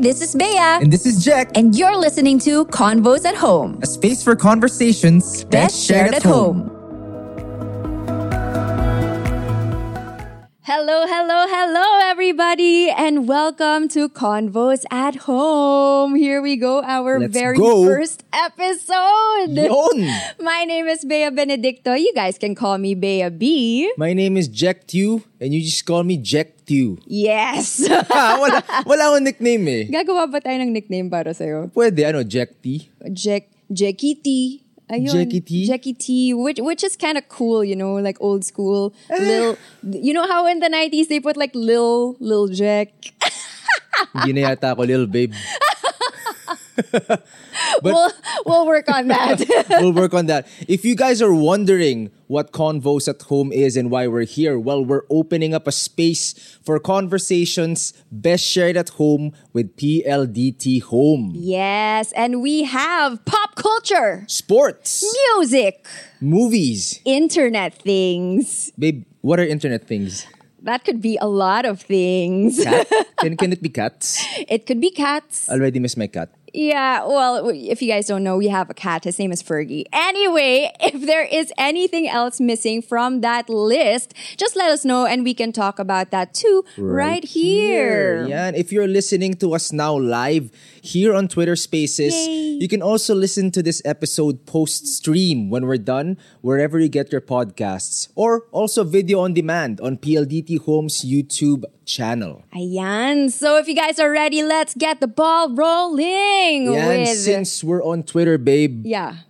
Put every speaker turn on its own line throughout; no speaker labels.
This is Bea,
And this is Jack,
and you're listening to Convos at Home.
a space for conversations
Best shared at home. Hello, hello, hello, everybody, and welcome to Convos at Home. Here we go, our
Let's
very
go.
first episode.
Yun!
My name is Bea Benedicto. You guys can call me Bea B.
My name is Jack Tew, and you just call me Jack Tew.
Yes.
Ha, wala, wala akong nickname eh.
Gagawa ba tayo ng nickname para sa'yo?
Pwede, ano, Jack T?
Jack Jackie T. Ayun.
Jackie T?
Jackie T, which which is kind of cool, you know, like old school. Lil, you know how in the nineties they put like Lil Lil Jack.
Hindi na yata ako Lil Babe. But-
we'll we'll work on that.
We'll work on that. If you guys are wondering what Convos at Home is and why we're here, well, we're opening up a space for conversations best shared at home with PLDT Home.
yes, and we have pop culture,
Sports,
music,
movies.
internet things.
Babe, what are internet things?
That could be a lot of things.
Cat? can, can it be cats?
It could be cats.
Already miss my cat.
Yeah, well, if you guys don't know, we have a cat. His name is Fergie. Anyway, if there is anything else missing from that list, just let us know and we can talk about that too right, here.
Yeah, and if you're listening to us now live here on Twitter Spaces,
Yay.
you can also listen to this episode post stream when we're done, wherever you get your podcasts, or also video on demand on PLDT Home's YouTube channel.
Ayan. So if you guys are ready, let's get the ball rolling
Yeah, and
with
since we're on Twitter, babe,
Yeah.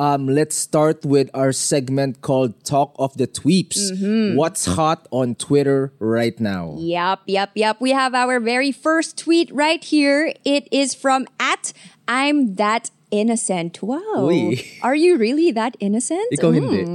um, let's start with our segment called Talk of the Tweeps.
Mm-hmm.
What's hot on Twitter right now?
Yep, yep, yep. We have our very first tweet right here. It is from at I'm that innocent. Wow.
Uy.
Are you really that innocent?
Ikaw
Mm.
hindi.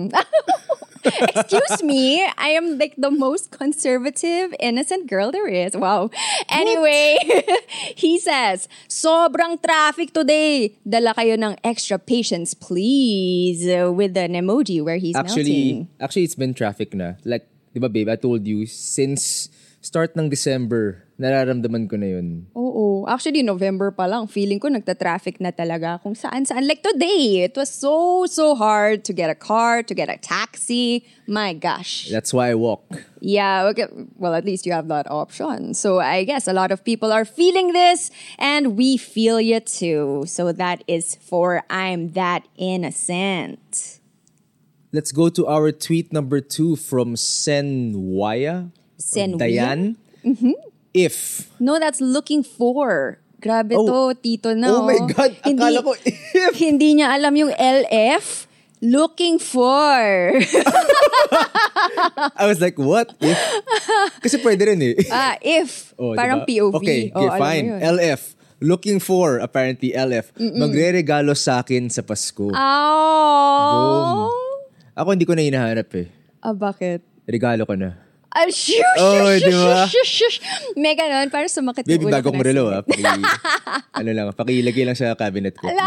Excuse me, I am like the most conservative, innocent girl there is. Wow. Anyway, he says, sobrang traffic today. Dala kayo ng extra patience, please. Uh, With an emoji where he's
Actually,
melting.
actually it's been traffic na. Like, 'di ba babe, I told you since start ng December, nararamdaman ko na 'yun.
Oo. Actually, November pa lang, feeling ko nagta-traffic na talaga kung saan-saan. Like today, it was so, so hard to get a car, to get a taxi. My gosh.
That's why I walk.
Yeah, okay. well, at least you have that option. So I guess a lot of people are feeling this, and we feel you too. So that is for I'm That Innocent.
Let's go to our tweet number 2 from Senwaya. or
Senwaya?
Dayan.
Mm-hmm.
If
No, that's looking for. Grabe to,
Oh.
tito na.
Oh my God, akala ko if.
Hindi niya alam yung LF. Looking for.
I was like, what? If? Kasi pwede rin eh.
ah, if.
Oh,
parang
diba?
POV.
Okay,
Oh, alam mo
okay fine.
yun.
LF. Looking for, apparently, LF. Magre-regalo sa akin sa Pasko.
Ah. Aw.
Ako hindi ko na hinahanap eh.
Ah, bakit?
Regalo ko na.
Ah, shush,
Oh,
shush,
di ba?
shush, shush, shush. May ganun, para sumakit
Baby,
ulo ko
bago kong
na
relo,
singit.
ha? Paki, ano lang, pakilagay lang sa cabinet ko.
Ala!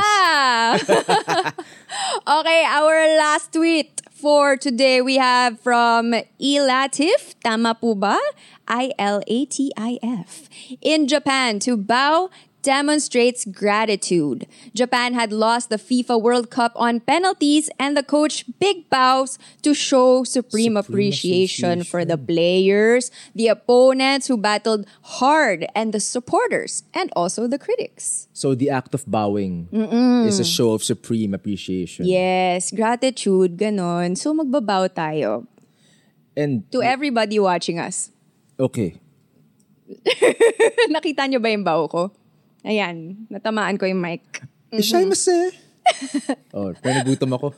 okay, our last tweet for today we have from Ilatif. Tama po ba? I-L-A-T-I-F. In Japan, to bow demonstrates gratitude. Japan had lost the FIFA World Cup on penalties and the coach big bows to show supreme,
Supreme
appreciation for
appreciation.
the players, the opponents who battled hard, and the supporters, and also the critics.
So the act of bowing is a show of supreme appreciation.
Yes, gratitude, ganon. So magbabaw tayo
And,
to everybody watching us.
okay,
Nakita niyo ba yung baw ko? Ayan, natamaan ko yung mic.
Ishai mase. oh, pero nagutom ako.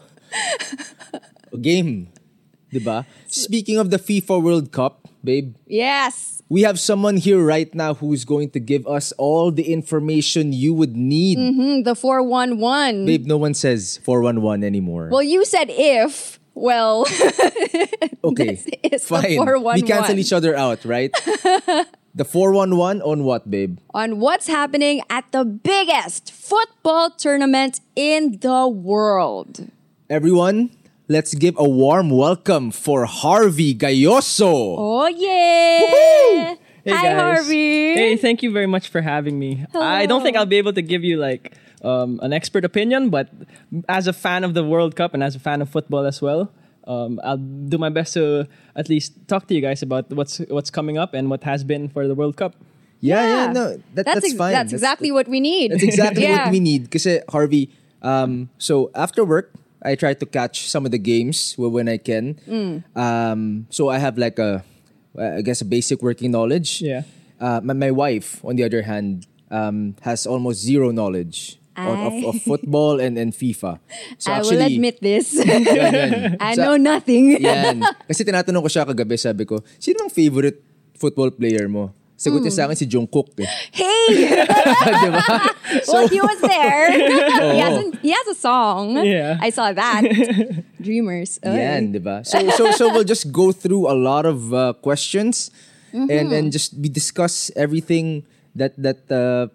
Oh, Game. Diba? Speaking of the FIFA World Cup, babe,
Yes!
we have someone here right now who's going to give us all the information you would need.
Hmm, the 411.
Babe, no one says 411 anymore.
Well, you said if. Well,
Okay.
This is the
Fine. We
411.
cancel each other out, right? the 411 on what, babe?
on what's happening at the biggest football tournament in the world.
Everyone, let's give a warm welcome for Harvey Gayoso.
Oh, yeah!
Hey,
Hi,
guys.
Harvey.
Hey, thank you very much for having me. I don't think I'll be able to give you like um, an expert opinion, but as a fan of the World Cup and as a fan of football as well, um, I'll do my best to at least talk to you guys about what's what's coming up and what has been for the World Cup.
Yeah, yeah, no, that, that's,
ex-
fine.
That's, exactly what we need.
That's exactly
Yeah.
what we need. Kasi Harvey, um, so after work, I try to catch some of the games wh- when I can.
Mm.
Um, so I have like a, I guess a basic working knowledge.
Yeah.
Uh, my, my wife, on the other hand, um, has almost zero knowledge on, of, of football and, and FIFA. So
I
actually,
will admit this.
Yan,
I
So-
know nothing.
Yan. Kasi tinatanong ko siya kagabi, sabi ko, sino ang favorite football player mo? Sagot
Hmm.
niya sa akin si Jungkook eh.
hey,
Di ba?
well, he was there. he,
Oh.
has a, he has a song.
Yeah.
I saw that. Dreamers. Oh.
Yan, di ba? So, so, so we'll just go through a lot of uh, questions and, and just we discuss everything that, that uh,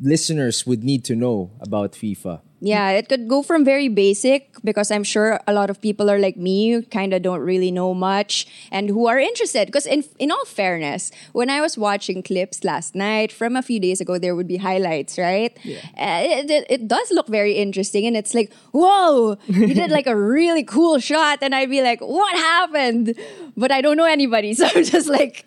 listeners would need to know about FIFA.
Yeah, it could go from very basic because I'm sure a lot of people are like me, who kind of don't really know much and who are interested. Because in in all fairness, when I was watching clips last night from a few days ago, there would be highlights, right? Yeah. it, it, it does look very interesting, and it's like, whoa, you did like a really cool shot, and I'd be like, what happened? But I don't know anybody, so I'm just like.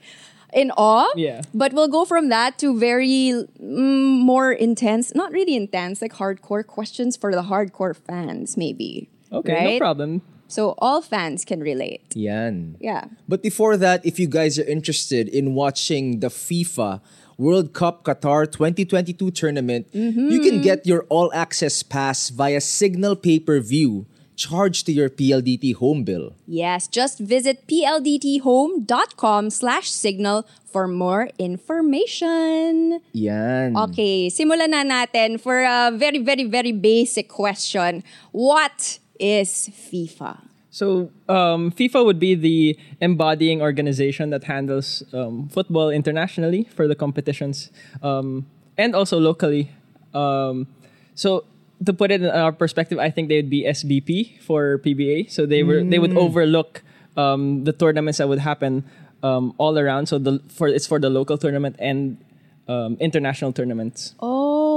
In awe,
Yeah.
but we'll go from that to very mm, more intense, not really intense, like hardcore questions for the hardcore fans, maybe.
Okay, no
Right?
problem.
So all fans can relate.
Yan.
Yeah.
But before that, if you guys are interested in watching the FIFA World Cup Qatar 2022 tournament, you can get your all access pass via Signal Pay Per View charged to your PLDT home bill.
Yes, just visit pldthome.com slash signal for more information.
Yan.
Hmm.
Okay, simulan na natin for a very, very, very basic question. What is FIFA?
So um, FIFA would be the embodying organization that handles um, football internationally for the competitions um, and also locally. Um, so to put it in our perspective, I think they would be SBP for PBA. So they were they would overlook um, the tournaments that would happen um, all around. So the for it's for the local tournament and um, international tournaments.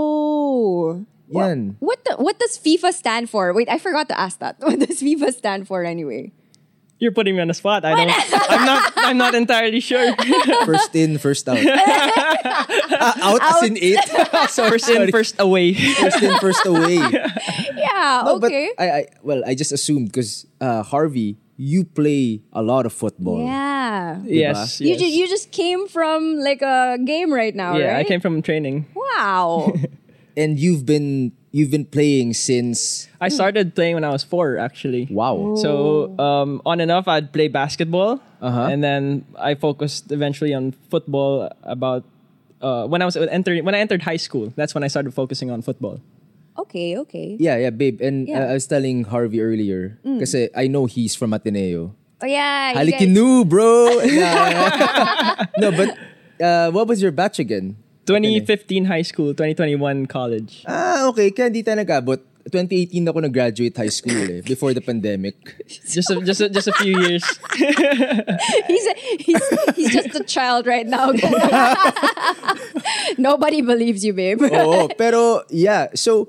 Oh.
Yan.
What the, what does FIFA stand for? Wait, I forgot to ask that. What does FIFA stand for anyway?
You're putting me on the spot. I don't. I'm not. I'm not entirely sure.
First in, first out. Ah, out, as in eight. sorry,
First in,
sorry.
first away.
First in, first away.
Yeah,
No, but
okay.
I, I, well, I just assumed because uh, Harvey, you play a lot of football.
yeah.
Yes.
You,
yes.
ju- you just came from like a game right now,
yeah,
right?
I came from training.
Wow.
And you've been you've been playing since
I started playing when I was four, actually.
Oh.
wow.
So um, on and off, I'd play basketball,
Uh-huh.
and then I focused eventually on football. About uh, when I was entering, when I entered high school, that's when I started focusing on football.
okay, okay.
Yeah, yeah, babe. And
Yeah. Mm.
uh, I was telling Harvey earlier kasi I know he's from Ateneo.
Oh yeah. you guys-
Halikinu, bro. Yeah. no, but uh, what was your batch again?
2015 high school, 2021 college.
Ah, okay. Kaya hindi tayo nag-abot. 2018 ako nag-graduate high school eh, before the pandemic.
Just a, just a, just a few years.
he's, a- he's he's just a child right now. Nobody believes you, babe.
Oo,
Oh,
pero yeah. So,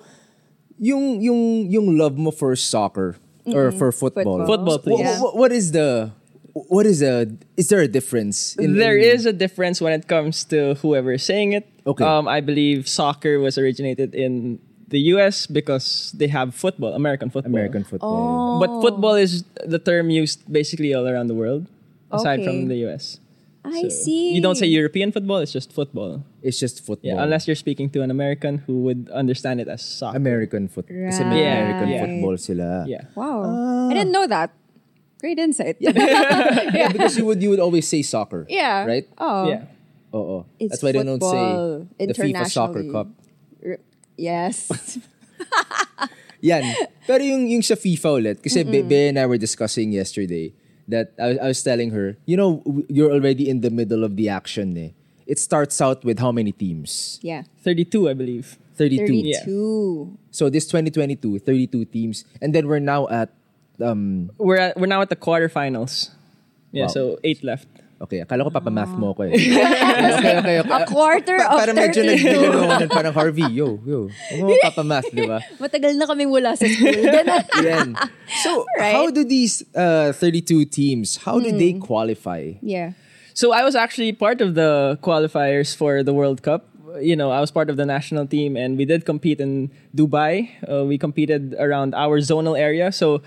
yung yung yung love mo for soccer or for football.
Football,
Wha-
please.
Yeah.
wha- what is the what is the is there a difference? in-
There
in-
is a difference when it comes to whoever is saying it.
Okay.
Um, I believe soccer was originated in the U.S. because they have football, American football.
American football.
Oh.
But football is the term used basically all around the world, aside
Okay.
from the US.
I
So,
see.
You don't say European football; it's just football.
It's just football.
Yeah, unless you're speaking to an American who would understand it as soccer.
American football. Kasi may
Right.
American
Yeah.
football sila.
yeah.
Wow.
Uh.
I didn't know that. Great insight. Yeah.
Yeah, because you would you would always say soccer. Right?
Oh.
Yeah.
Oo.
It's
That's why they don't say
football
the FIFA Soccer
internationally.
Cup.
R- Yes.
Yan. Pero yung, yung sa FIFA ulit, kasi Be, Bea and I were discussing yesterday that I, was- I was telling her, you know, w- you're already in the middle of the action eh. It starts out with how many teams?
yeah.
32, I believe.
32.
32.
So this 2022, 32 teams. And then we're now at, um,
We're at, we're now at the quarterfinals. Yeah,
Wow.
so eight left.
Okay, akala ko papamath mo ko eh. okay, okay, okay.
A quarter of
Para medyo
32.
nagdilim ako nun, parang Harvey, yo, yo. Huwag mo papamath, di ba?
Matagal na kaming wala sa school. Ganun.
Yan. So,
Right?
how do these uh, 32 teams, how do they qualify?
yeah.
So I was actually part of the qualifiers for the World Cup. You know, I was part of the national team, and we did compete in Dubai. Uh, we competed around our zonal area. So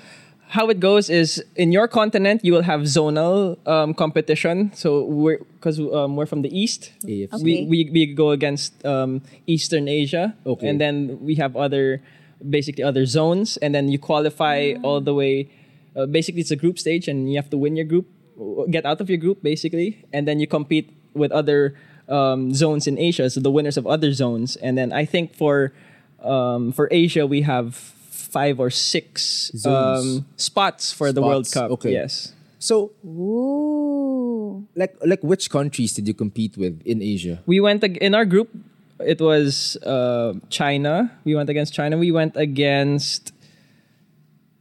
how it goes is in your continent you will have zonal um, competition. So we're because um, we're from the east,
AFC.
Okay.
we, we we go against um, Eastern Asia,
Okay.
and then we have other basically other zones, and then you qualify all the way. Uh, basically, it's a group stage, and you have to win your group, w- get out of your group, basically, and then you compete with other um, zones in Asia. So the winners of other zones, and then I think for um, for Asia we have five or six
Zones.
um, spots for the World
Spots,
Cup.
okay.
Yes.
So,
Ooh.
like, like which countries did you compete with in Asia?
we went ag- in our group it was uh, china we went against china we went against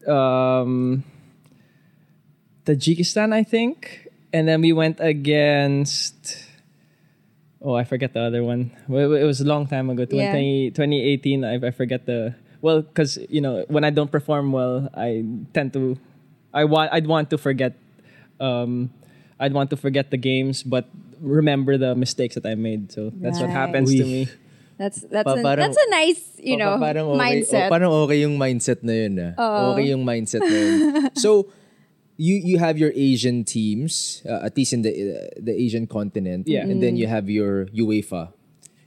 um, tajikistan i think and then we went against oh i forget the other one Well, it was a long time ago
Yeah.
20, 2018 I, I forget the well because you know when i don't perform well i tend to i want i'd want to forget um, I'd want to forget the games, but remember the mistakes that I made. So that's what
Right.
happens to
Uy.
me.
That's that's a,
Pa- parang-
that's a nice, you know,
Pa- parang okay,
mindset.
oh, parang okay yung mindset na yun. ah. Okay yung mindset na yun. so, you you have your Asian teams, uh, at least in the uh, the Asian continent,
Yeah.
and then
Mm.
you have your UEFA,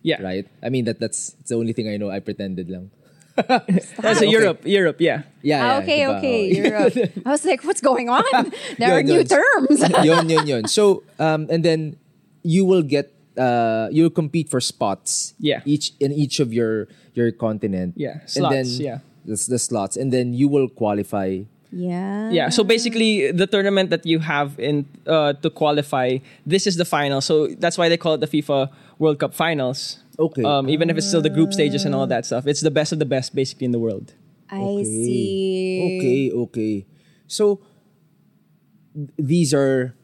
Yeah,
right? I mean that that's, that's the only thing I know. I pretended lang.
That's
Okay.
a Oh, Europe, Europe. Yeah,
Ah,
Yeah, yeah,
okay,
diba?
okay.
Oh,
You're up. I was like, what's going on? There are
Yun,
new
yun.
terms.
yun, yun, yun. So, um, and then you will get uh, you'll compete for spots.
Yeah.
Each in each of your your continent.
Yeah,
and
slots,
then
yeah.
the, the slots, and then you will qualify.
yeah.
yeah. So basically, the tournament that you have in uh, to qualify, this is the final. So that's why they call it the FIFA World Cup Finals.
Okay.
Um, even if it's still the group stages and all that stuff, it's the best of the best, basically in the world.
I
Okay.
Oh.
see.
Okay, okay. So th- these are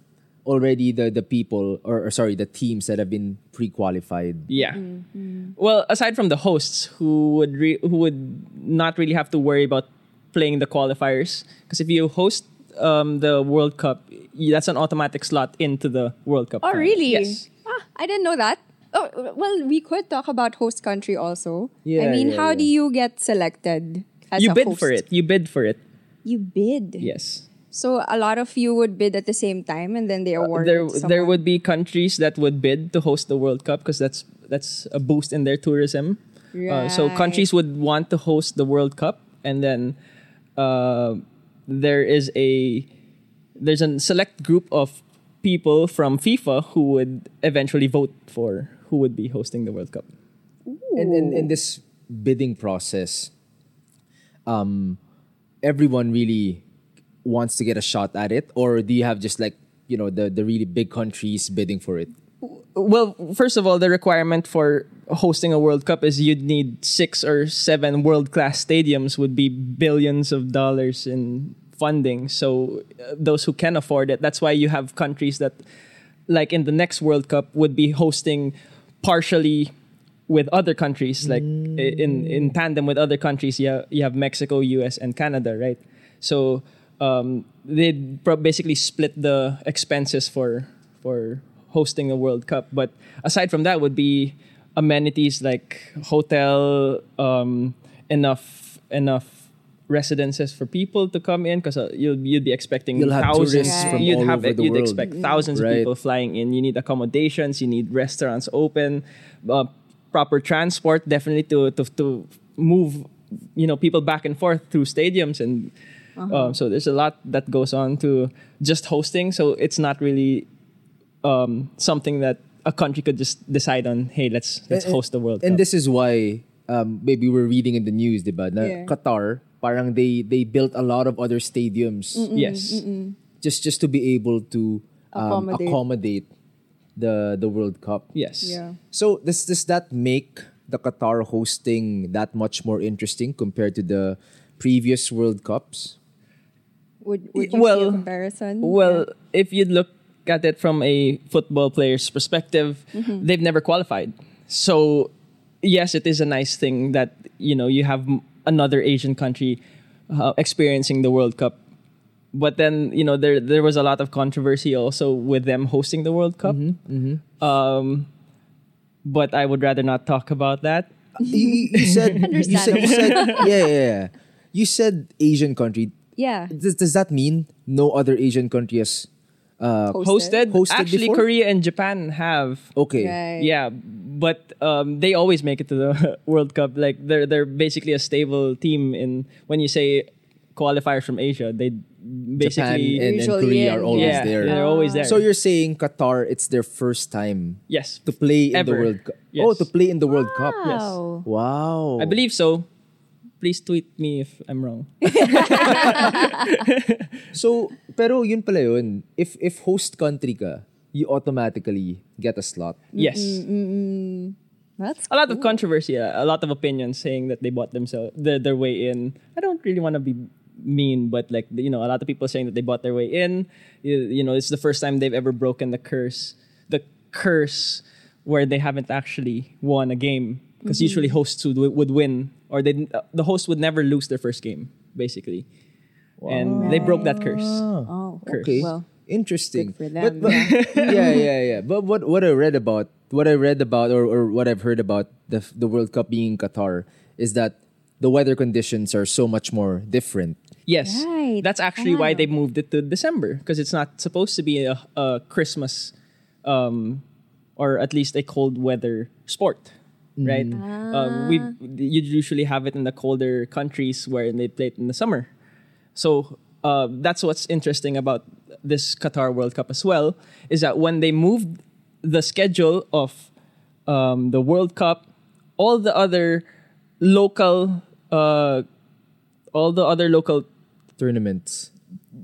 already the the people or, or sorry the teams that have been pre-qualified.
Yeah.
Mm-hmm.
Well, aside from the hosts who would re- who would not really have to worry about playing the qualifiers because if you host um, the World Cup, y- that's an automatic slot into the World Cup.
Oh,
final.
really?
Yes.
Ah, I didn't know that. Oh, well, we could talk about host country also. I
Yeah,
mean,
yeah,
how
yeah.
do you get selected as
you
a
bid
host?
for it. You bid for it.
You bid.
Yes.
So a lot of you would bid at the same time and then they award
Uh, There,
it to
there
someone.
would be countries that would bid to host the World Cup because that's that's a boost in their tourism. Uh, so
Right.
countries would want to host the World Cup, and then uh, there is a there's a select group of people from FIFA who would eventually vote for who would be hosting the World Cup.
And in, in this bidding process, um, everyone really wants to get a shot at it, or do you have just like you know the the really big countries bidding for it?
Well, first of all, the requirement for hosting a World Cup is you'd need six or seven world class stadiums, would be billions of dollars in funding. So, uh, those who can afford it, that's why you have countries that, like in the next World Cup, would be hosting partially with other countries, like i- in, in tandem with other countries. You, ha- you have Mexico, US, and Canada, right? So, um, they pro- basically split the expenses for for hosting the World Cup. But aside from that, would be amenities like hotel, um, enough enough residences for people to come in because uh, you'll you'll be expecting
You'll have
thousands.
tourists
from
you'd
all
have
over the
you'd
world.
expect thousands
Right.
of people flying in. You need accommodations. You need restaurants open, uh, proper transport, definitely to to to move you know people back and forth through stadiums and um, so there's a lot that goes on to just hosting so it's not really um, something that a country could just decide on hey let's let's
And-
host the world
And
Cup.
this is why um, maybe we're reading in the news, diba, na
Yeah.
Qatar, parang they they built a lot of other stadiums
yes
just just to be able to um,
Accommodate.
accommodate. the the World Cup.
yes
Yeah.
So does does that make the Qatar hosting that much more interesting compared to the previous World Cups?
Would, would you see a
Well-
comparison?
well if you look at it from a football player's perspective,
Mm-hmm.
they've never qualified. So, yes, it is a nice thing that you know you have m- another Asian country uh, experiencing the World Cup. But then you know there there was a lot of controversy also with them hosting the World Cup.
Mm-hmm.
Um, but I would rather not talk about that.
You, you said, you said, you said yeah, yeah, yeah. You said Asian country.
Yeah.
Does, does that mean no other Asian country has? Uh,
Hosted,
Hosted
actually,
before?
Korea and Japan have
okay.
Right.
Yeah, but um, they always make it to the World Cup. Like they're they're basically a stable team. In when you say qualifiers from Asia, they
Japan
basically
and, and
Usually,
Korea
yeah.
are always
yeah,
there.
They're always there.
So you're saying Qatar? It's their first time
yes,
to play in the
Ever.
World Cup.
Yes.
Oh, to play in the World Cup.
Wow.
Wow.
I believe so. Please tweet me if I'm wrong.
So, pero yun pala yun. If, if host country ka, you automatically get a slot.
yes,
Mm, That's
a lot of controversy, uh, a lot of opinions saying that they bought themselves their, their way in. I don't really want to be mean, but like you know, a lot of people saying that they bought their way in. You, you know, it's the first time they've ever broken the curse, the curse where they haven't actually won a game because usually hosts would, would win or they uh, the host would never lose their first game basically, and they broke that curse.
oh,
Curse.
okay. Well,
Interesting.
Good for them,
But, but- yeah, yeah, yeah. But what what I read about what I read about or, or what I've heard about the the World Cup being in Qatar is that the weather conditions are so much more different.
Yes.
Right.
That's actually why
Wow.
they moved it to December because it's not supposed to be a, a Christmas um, or at least a cold weather sport. Right,
Ah.
um, we you usually have it in the colder countries where they play it in the summer, so uh, that's what's interesting about this Qatar World Cup as well is that when they moved the schedule of um, the World Cup, all the other local, uh, all the other local
Tournaments.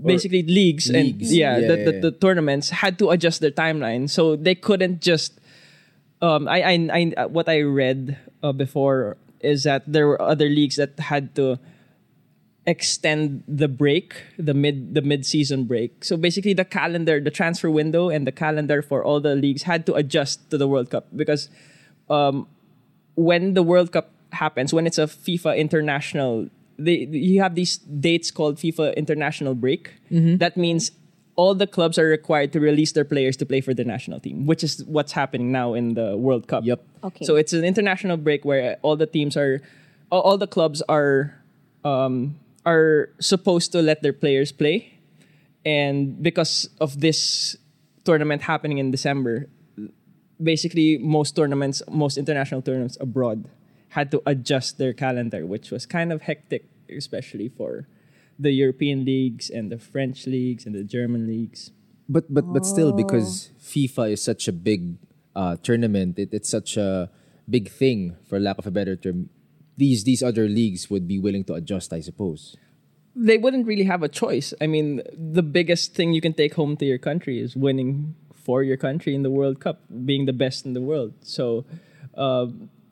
basically leagues, and
Leagues.
yeah,
Yeah,
the,
yeah,
the,
yeah.
the tournaments had to adjust their timeline so they couldn't just um i i, I what i read uh, before is that there were other leagues that had to extend the break the mid the mid season break so basically the calendar the transfer window and the calendar for all the leagues had to adjust to the world cup because um, when the World Cup happens, when it's a FIFA international, they you have these dates called FIFA international break. That means all the clubs are required to release their players to play for their national team, which is what's happening now in the World Cup.
Yep.
Okay.
So it's an international break where all the teams are, all, all the clubs are, um, are supposed to let their players play, and because of this tournament happening in December, basically most tournaments, most international tournaments abroad had to adjust their calendar, which was kind of hectic, especially for the European leagues and the French leagues and the German leagues.
But but but
Oh.
still because FIFA is such a big uh, tournament, it, it's such a big thing for lack of a better term. These these other leagues would be willing to adjust, I suppose.
They wouldn't really have a choice. I mean, the biggest thing you can take home to your country is winning for your country in the World Cup, being the best in the world. So uh,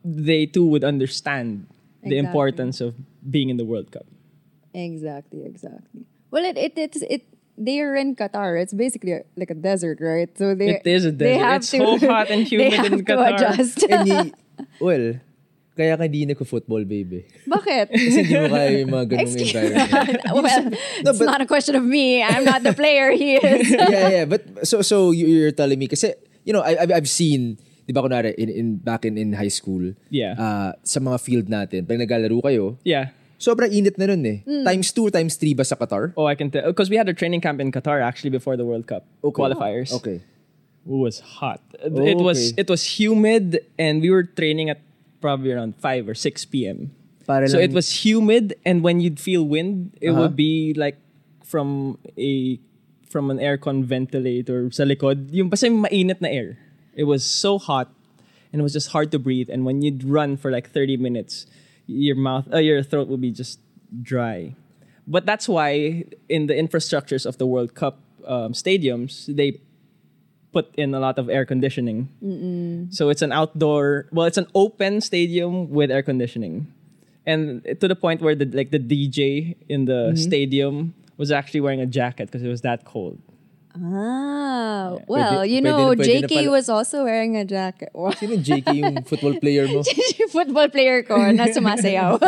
they too would understand the
Exactly.
importance of being in the World Cup.
exactly, exactly. Well, it it it's it. They're in Qatar. It's basically a, like a desert, right? So they
It is a
they
desert.
have
It's
to,
so hot and humid
they have
in Qatar.
To adjust.
And y- Eh, well, kaya ka di nagko-football, baby.
Bakit?
Kasi hindi mo kaya yung mga ganung
Excuse
environment.
well, it's
but-
not a question of me. I'm not the player he is.
yeah, yeah. But so so you- you're telling me kasi you know, I I've, I've seen 'di ba kunwari in, in back in in high school.
Yeah.
ah, sa mga field natin, pag naglalaro kayo,
Yeah.
sobrang init na nun eh.
Hmm.
Times 2 times 3 ba sa Qatar?
Oh, I can tell because we had a training camp in Qatar actually before the World Cup qualifiers.
Okay.
it was hot. it was
okay.
it was humid, and we were training at probably around five or six p.m.
Para
so
lang-
it was humid, and when you'd feel wind, it
Uh-huh.
would be like from a from an aircon ventilator sa likod. Yung basta yung mainit na air. It was so hot, and it was just hard to breathe. And when you'd run for like thirty minutes, your mouth, uh, your throat would be just dry. But that's why in the infrastructures of the World Cup um, stadiums, they put in a lot of air conditioning. So it's an outdoor, well, it's an open stadium with air conditioning, and to the point where the
Mm-hmm.
like the DJ in the stadium was actually wearing a jacket because it was that cold.
Ah, well,
Pwede-
you
pwede
know,
na- pwede na
JK
pala.
was also wearing a jacket. Wow.
Sino JK yung football player mo?
football player ko na sumasayaw.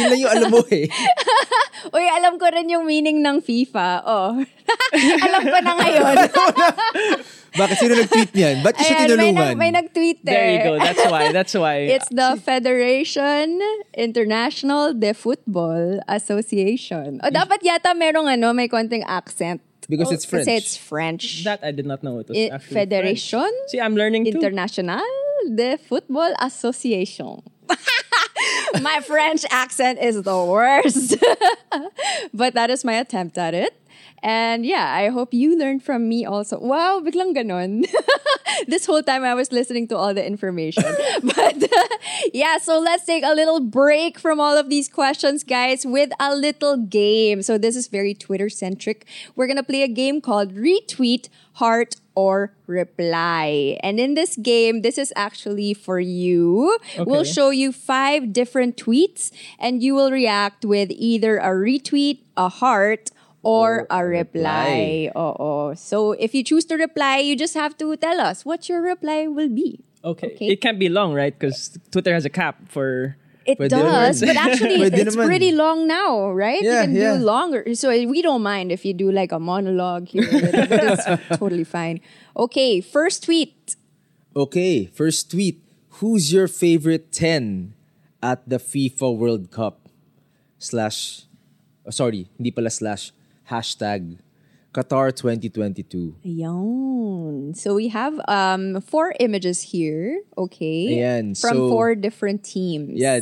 Yun lang yung alam mo eh.
Uy, alam ko rin yung meaning ng FIFA. Oh. alam ko na ngayon.
Bakit sino nag-tweet niyan? Ba't
Ayan,
siya
may,
tinulungan?
nag- may nag-tweet
There you
there.
go. That's why. That's why.
It's the Federation International de Football Association. O dapat yata merong ano, may konting accent. O,
Because it's
Oh,
French.
Kasi it's French.
that I did not know it was
I-
actually
Federation
French. See, I'm learning too.
International de Football Association. my French accent is the worst. but that is my attempt at it. And yeah, I hope you learned from me also. Wow, biglang ganon. this whole time I was listening to all the information. but yeah, so let's take a little break from all of these questions, guys, with a little game. So this is very Twitter centric. We're going to play a game called Retweet, Heart, or Reply. And in this game, this is actually for you. We'll
Okay.
show you five different tweets, and you will react with either a retweet, a heart, or, a reply. Oo. So if you choose to reply, you just have to tell us what your reply will be.
Okay.
Okay.
It can't be long, right? Because Twitter has a cap for.
It
Pwede
does,
naman.
but actually
Pwede
it's
naman.
pretty long now, right?
Yeah,
you can
yeah.
do longer. So we don't mind if you do like a monologue here. and there, but it's totally fine. Okay, first tweet.
Okay, first tweet. Who's your favorite 10 at the FIFA World Cup? Slash, oh, sorry, hindi pala slash, hashtag Qatar 2022.
Ayun. So we have um four images here, okay?
Ayan,
From
so-
four different teams.
Yeah,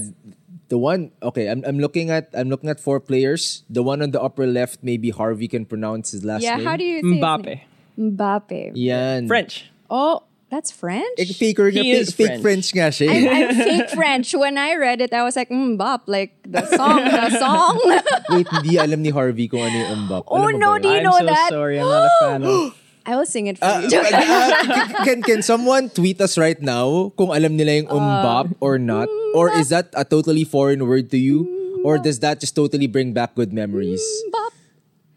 the one, okay, I'm, I'm looking at, I'm looking at four players. The one on the upper left, maybe Harvey can pronounce his last
Yeah,
name.
how do you say his
Mbappe.
name? Mbappe.
Yan.
French.
Oh, that's French?
Eh, faker nga,
He
fake,
is
fake French
French.
nga siya. eh.
I'm fake French. When I read it, I was like, mm, bop, like the song, the song.
Wait, hindi alam ni Harvey kung ano yung umbap.
Oh,
Alam mo
no,
ba yun?
Do you
I'm
know
so
that?
sorry. I'm not a fan of.
I will sing it for
Ah,
you.
ah, ah, can, can someone tweet us right now kung alam nila
Um,
yung umbap or not? Or is that a totally foreign word to you? Or does that just totally bring back good memories?
Bop.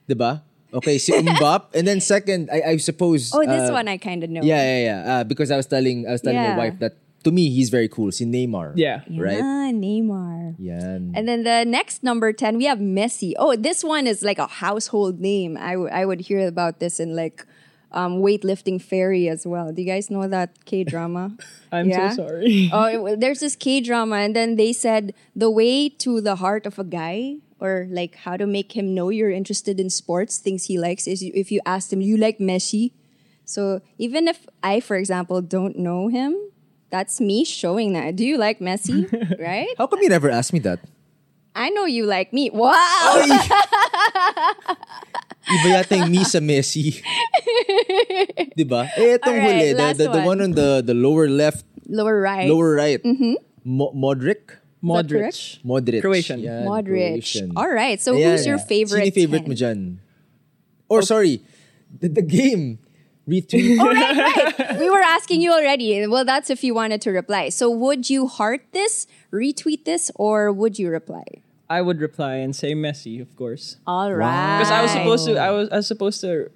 Diba? Okay, si umbap. And then second, I, I suppose...
Oh, this
uh,
one I kind of know.
Yeah, yeah, yeah. Uh, because I was telling I was telling my
Yeah.
wife that to me, he's very cool. Si Neymar.
Yeah.
Right?
Ah, Neymar.
Yan.
And then the next number 10, we have Messi. Oh, this one is like a household name. I, w- I would hear about this in like um, weightlifting fairy as well. Do you guys know that K drama?
I'm
Yeah.
so sorry.
oh, it, well, there's this K drama, and then they said the way to the heart of a guy, or like how to make him know you're interested in sports, things he likes, is you- if you ask him, you like Messi. So even if I, for example, don't know him, that's me showing that. Do you like Messi? right?
How come you never asked me that?
I know you like me. Wow.
Ay! Iba yata yung Misa Messi. diba? Eh, itong
Alright,
huli, the,
last
the, the one
one.
on the, the lower left,
Lower right. Mm-hmm.
lower right, Mo- Modric?
Modric.
Modric.
Croatian.
Yan,
Modric.
Croatian.
All right. So
Ayan.
who's your favorite? Oh.
Sino yung favorite
10?
mo dyan? Or sorry, the, the game. Retweet.
we were asking you already. Well, that's if you wanted to reply. So, would you heart this, retweet this, or would you reply?
I would reply and say Messi, of course.
All right.
Because I was supposed to, I was, I was supposed to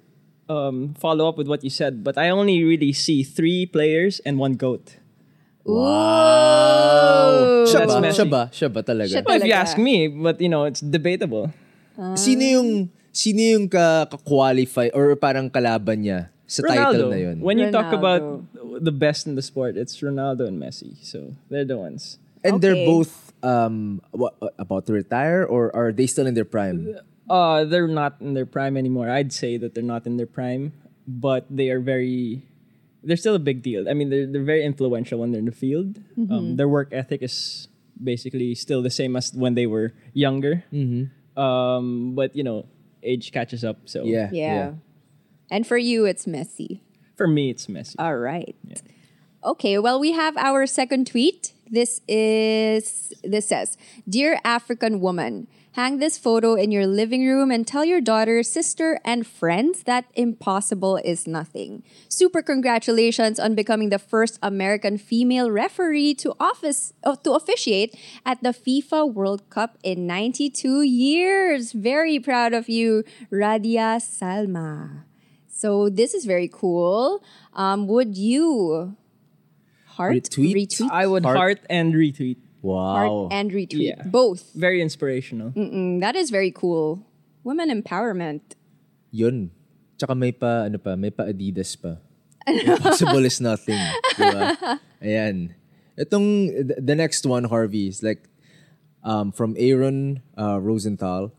um, follow up with what you said, but I only really see three players and one goat.
Ooh.
siya,
That's
ba?
messy.
siya ba? Siya ba talaga?
Siya
Well, if you
Talaga.
ask me, but you know, it's debatable.
Sino yung, sino yung ka- ka-qualify or parang kalaban niya sa title na yun?
Ronaldo. When you talk about
Ronaldo.
the best in the sport, it's Ronaldo and Messi. So they're the ones.
And they're
Okay.
both um what, about to retire or are they still in their prime?
Uh, they're not in their prime anymore. I'd say that they're not in their prime, but they are very. They're still a big deal. I mean, they're they're very influential when they're in the field.
Mm-hmm.
Um, their work ethic is basically still the same as when they were younger. Um, but you know, age catches up. So
Mm-hmm. Yeah.
Yeah. And for you, it's messy.
for me, it's Messi.
All right. Okay, well, we have our second tweet. This is this says, "Dear African woman, hang this photo in your living room and tell your daughter, sister, and friends that impossible is nothing. Super congratulations on becoming the first American female referee to office uh, to officiate at the FIFA World Cup in 92 years. Very proud of you, Radia Salma." So this is very cool. Um, would you heart
Retweet?
retweet
I would
Heart.
heart, and retweet.
heart
Wow.
and retweet
Yeah.
both?
Very inspirational.
Mm, that is very cool. Women empowerment.
Yun. Tsaka may pa, ano pa, may pa Adidas pa. Impossible is nothing. Diba? Ayan. Itong, th- the next one, Harvey, is like, um, from Aaron uh, Rosenthal.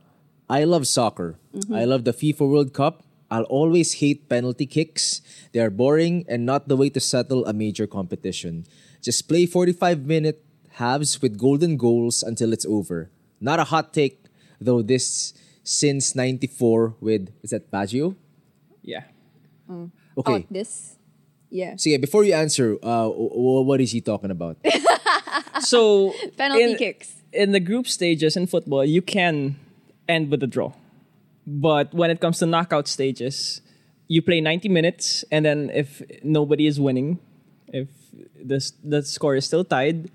I love soccer. I love the FIFA World Cup. I'll always hate penalty kicks. They are boring and not the way to settle a major competition. Just play 45 minute halves with golden goals until it's over. Not a hot take, though, this since 94 with, is that Baggio?
Yeah.
Oh,
Okay.
this. Yeah.
Sige, before you answer, uh, w- w- what is he talking about?
So
Penalty
in-
kicks.
in the group stages in football, you can end with a draw. But when it comes to knockout stages, you play 90 minutes, and then if nobody is winning, if the, s- the score is still tied,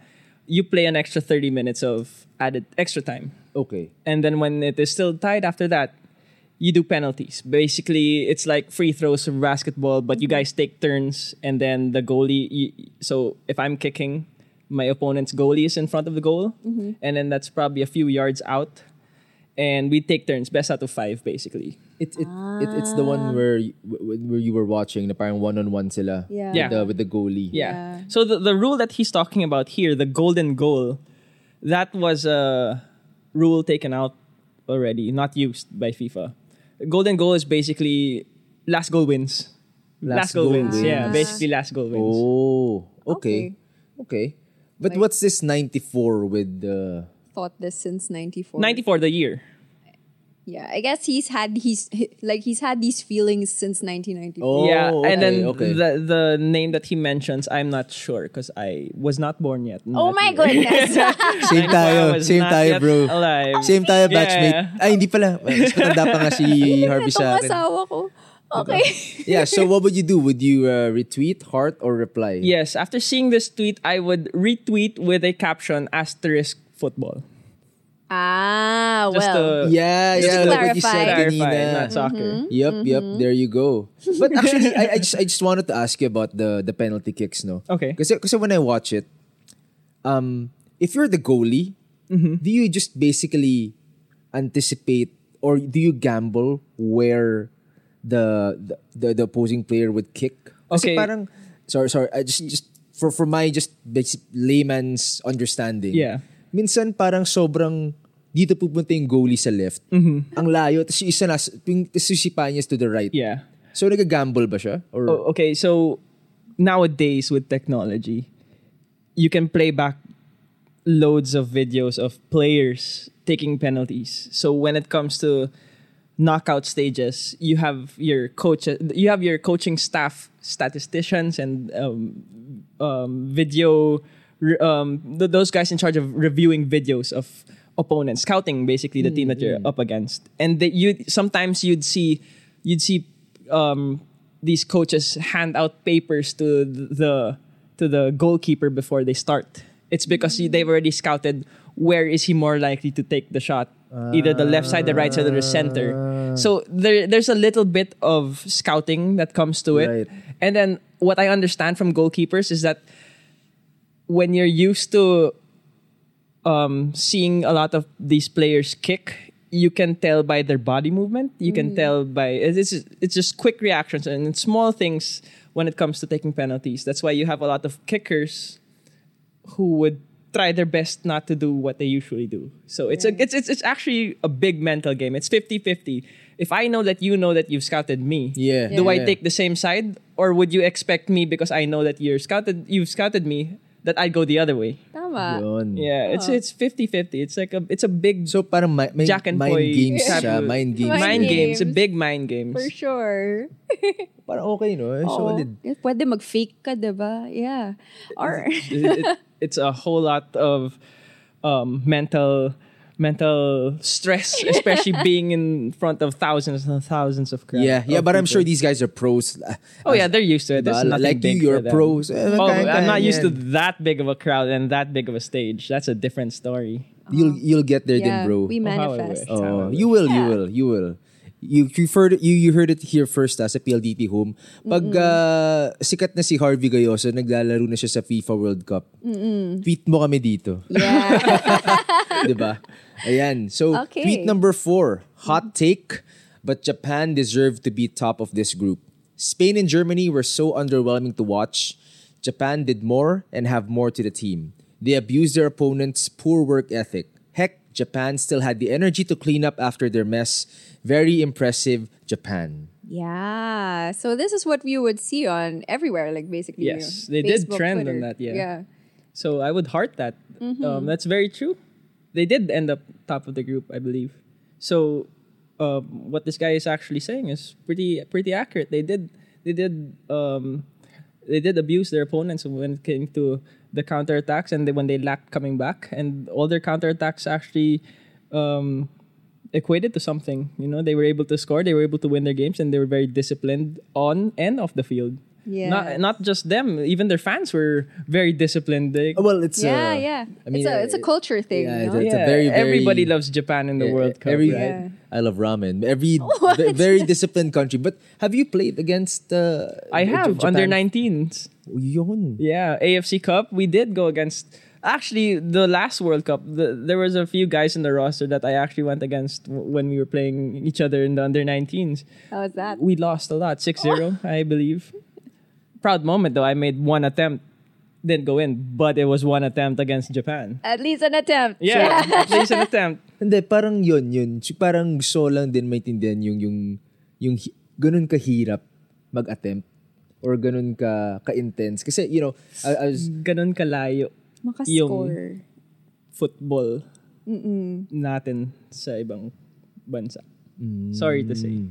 you play an extra 30 minutes of added extra time.
Okay.
And then when it is still tied after that, you do penalties. Basically, it's like free throws of basketball, but you guys take turns, and then the goalie. You, so if I'm kicking, my opponent's goalie is in front of the goal, and then that's probably a few yards out, and we take turns, best out of five, basically.
It, it, it, it's the one where y- w- where you were watching na parang one-on-one sila
Yeah.
with,
Yeah.
the, with the goalie.
Yeah.
Yeah.
So the, the rule that he's talking about here, the golden goal, that was a rule taken out already, not used by FIFA. Golden goal is basically last goal wins.
Last
Last, goal,
goal
wins. Yeah,
wins.
basically last goal wins.
Oh, okay. Okay. But
Like-
what's this 94 with the...
Thought this since
Oh.
94.
94 the year.
Yeah, I guess he's had he's like he's had these feelings since 1994.
Oh,
yeah,
okay,
and then
okay.
the the name that he mentions, I'm not sure because I was not born yet. in
Oh
that
my
year.
goodness.
Same
Thankful I was not yet Alive.
Same tayo,
Yeah.
batchmate. Ay, hindi pala. Mas matanda pa nga si Harvey
Itong
sa akin.
asawa ko. oh, Okay.
Yeah, so what would you do? Would you uh, retweet, heart, or reply?
Yes, after seeing this tweet, I would retweet with a caption asterisk football.
ah,
Just
well.
to-
Yeah,
Just
yeah.
to
Like what you said
clarify.
kanina.
Clarify, not soccer.
Yep, yep. There you go. But actually, I, I just I just wanted to ask you about the the penalty kicks, no?
Okay.
Because when I watch it, um, if you're the goalie,
Mm-hmm.
do you just basically anticipate or do you gamble where the the, the, the opposing player would kick? Kasi
Okay.
parang sorry, sorry. I just just for for my just basic layman's understanding.
Yeah.
Minsan parang sobrang dito pupunta yung goalie sa left. Ang layo. Tapos yung isa na, tapos yung si Panyas to the right.
Mm-hmm. Yeah.
So nag-gamble ba siya? Or,
O- okay, so nowadays with technology, you can play back loads of videos of players taking penalties. So when it comes to knockout stages, you have your coach, you have your coaching staff, statisticians, and um, um, video, re- um, th- those guys in charge of reviewing videos of opponents, scouting basically the team that you're up against. And that you sometimes you'd see, you'd see um, these coaches hand out papers to th- the to the goalkeeper before they start. It's because you- they've already scouted where is he more likely to take the shot, either the left side, the right side, or the center. So there, there's a little bit of scouting that comes to it.
Right.
And then what I understand from goalkeepers is that when you're used to um, seeing a lot of these players kick, you can tell by their body movement. You can tell by it's it's- it's just quick reactions and it's small things when it comes to taking penalties. That's why you have a lot of kickers who would try their best not to do what they usually do. So it's a it's it's, it's actually a big mental game. It's 50-50. If I know that you know that you've scouted me,
Yeah.
do I
Yeah.
take the same side or would you expect me because I know that you're scouted you've scouted me that I'd go the other way.
Tama.
Yun.
Oh, uh, Yeah, it's
Oh.
it's 50-50. It's like a it's a big
So parang mi- may,
Jack and
mind
Poy
games
type
siya.
of-
Mind games.
Mind
mind
siya.
games, a
games.
big mind games.
For sure.
Parang okay, no? Solid.
Oo. Eh, Pwede mag-fake ka, diba? Yeah. Or,
It- it- it's a whole lot of um, mental mental stress, especially being in front of thousands and thousands of crowd.
Yeah, yeah,
of
but I'm sure
people.
these guys are pros.
Oh yeah, they're used to it. There's
Diba?
nothing
Like you,
big
you're
for them.
pros. Eh,
Oh,
kaya-
I'm
kaya
not used to
yan.
that big of a crowd and that big of a stage. That's a different story.
You'll you'll get there
yeah,
then, bro.
we
Oh, how I
manifest.
wish.
Oh, you will, you
Yeah.
will, you will. You you heard you you heard it here first ah, sa PLDT home. Pag ah, sikat na si Harvey Gayoso, naglalaro na siya sa FIFA World Cup. Tweet mo kami dito,
Yeah.
'di ba? Ayan. So,
Okay.
tweet number four, hot take, but Japan deserved to be top of this group. Spain and Germany were so underwhelming to watch. Japan did more and have more to the team. They abused their opponents' poor work ethic. Heck, Japan still had the energy to clean up after their mess. Very impressive, Japan.
yeah. So this is what we would see on everywhere, like basically. you
Yes,
know,
they did
Facebook,
trend
Twitter.
on that, yeah.
Yeah.
So I would heart that. Um, that's very true. They did end up top of the group, I believe. So um, what this guy is actually saying is pretty pretty accurate. They did they did um, they did abuse their opponents when it came to the counterattacks and they, when they lacked coming back and all their counterattacks actually um, equated to something. You know, they were able to score, they were able to win their games, and they were very disciplined on and off the field.
Yeah.
Not not just them, even their fans were very disciplined. They,
Well, it's
Yeah,
uh,
yeah.
I mean,
it's, a, it's a
uh,
culture thing. you
yeah,
know?
it's- it's a
yeah,
very, very-
everybody loves Japan in the
Yeah,
World Cup,
E-, every-
right?
Yeah.
I love ramen. Every ve- very disciplined country. But have you played against? Uh,
I have
Japan?
under 19s.
Yun.
Yeah, AFC Cup. We did go against. Actually, the last World Cup, the, there was a few guys in the roster that I actually went against w- when we were playing each other in the under 19s.
How is that?
We lost a lot, 6-0, I believe. Proud moment though. I made one attempt, didn't go in, but it was one attempt against Japan.
At least an attempt.
Yeah, at least an attempt.
Hindi, parang yun, yun. So, Parang gusto lang din maintindihan yung, yung, yung hi- ganun kahirap mag-attempt or ganun ka, ka-intense. Kasi, you know, I, I was,
Ganun kalayo
Makascore.
football natin sa ibang bansa. Sorry to say.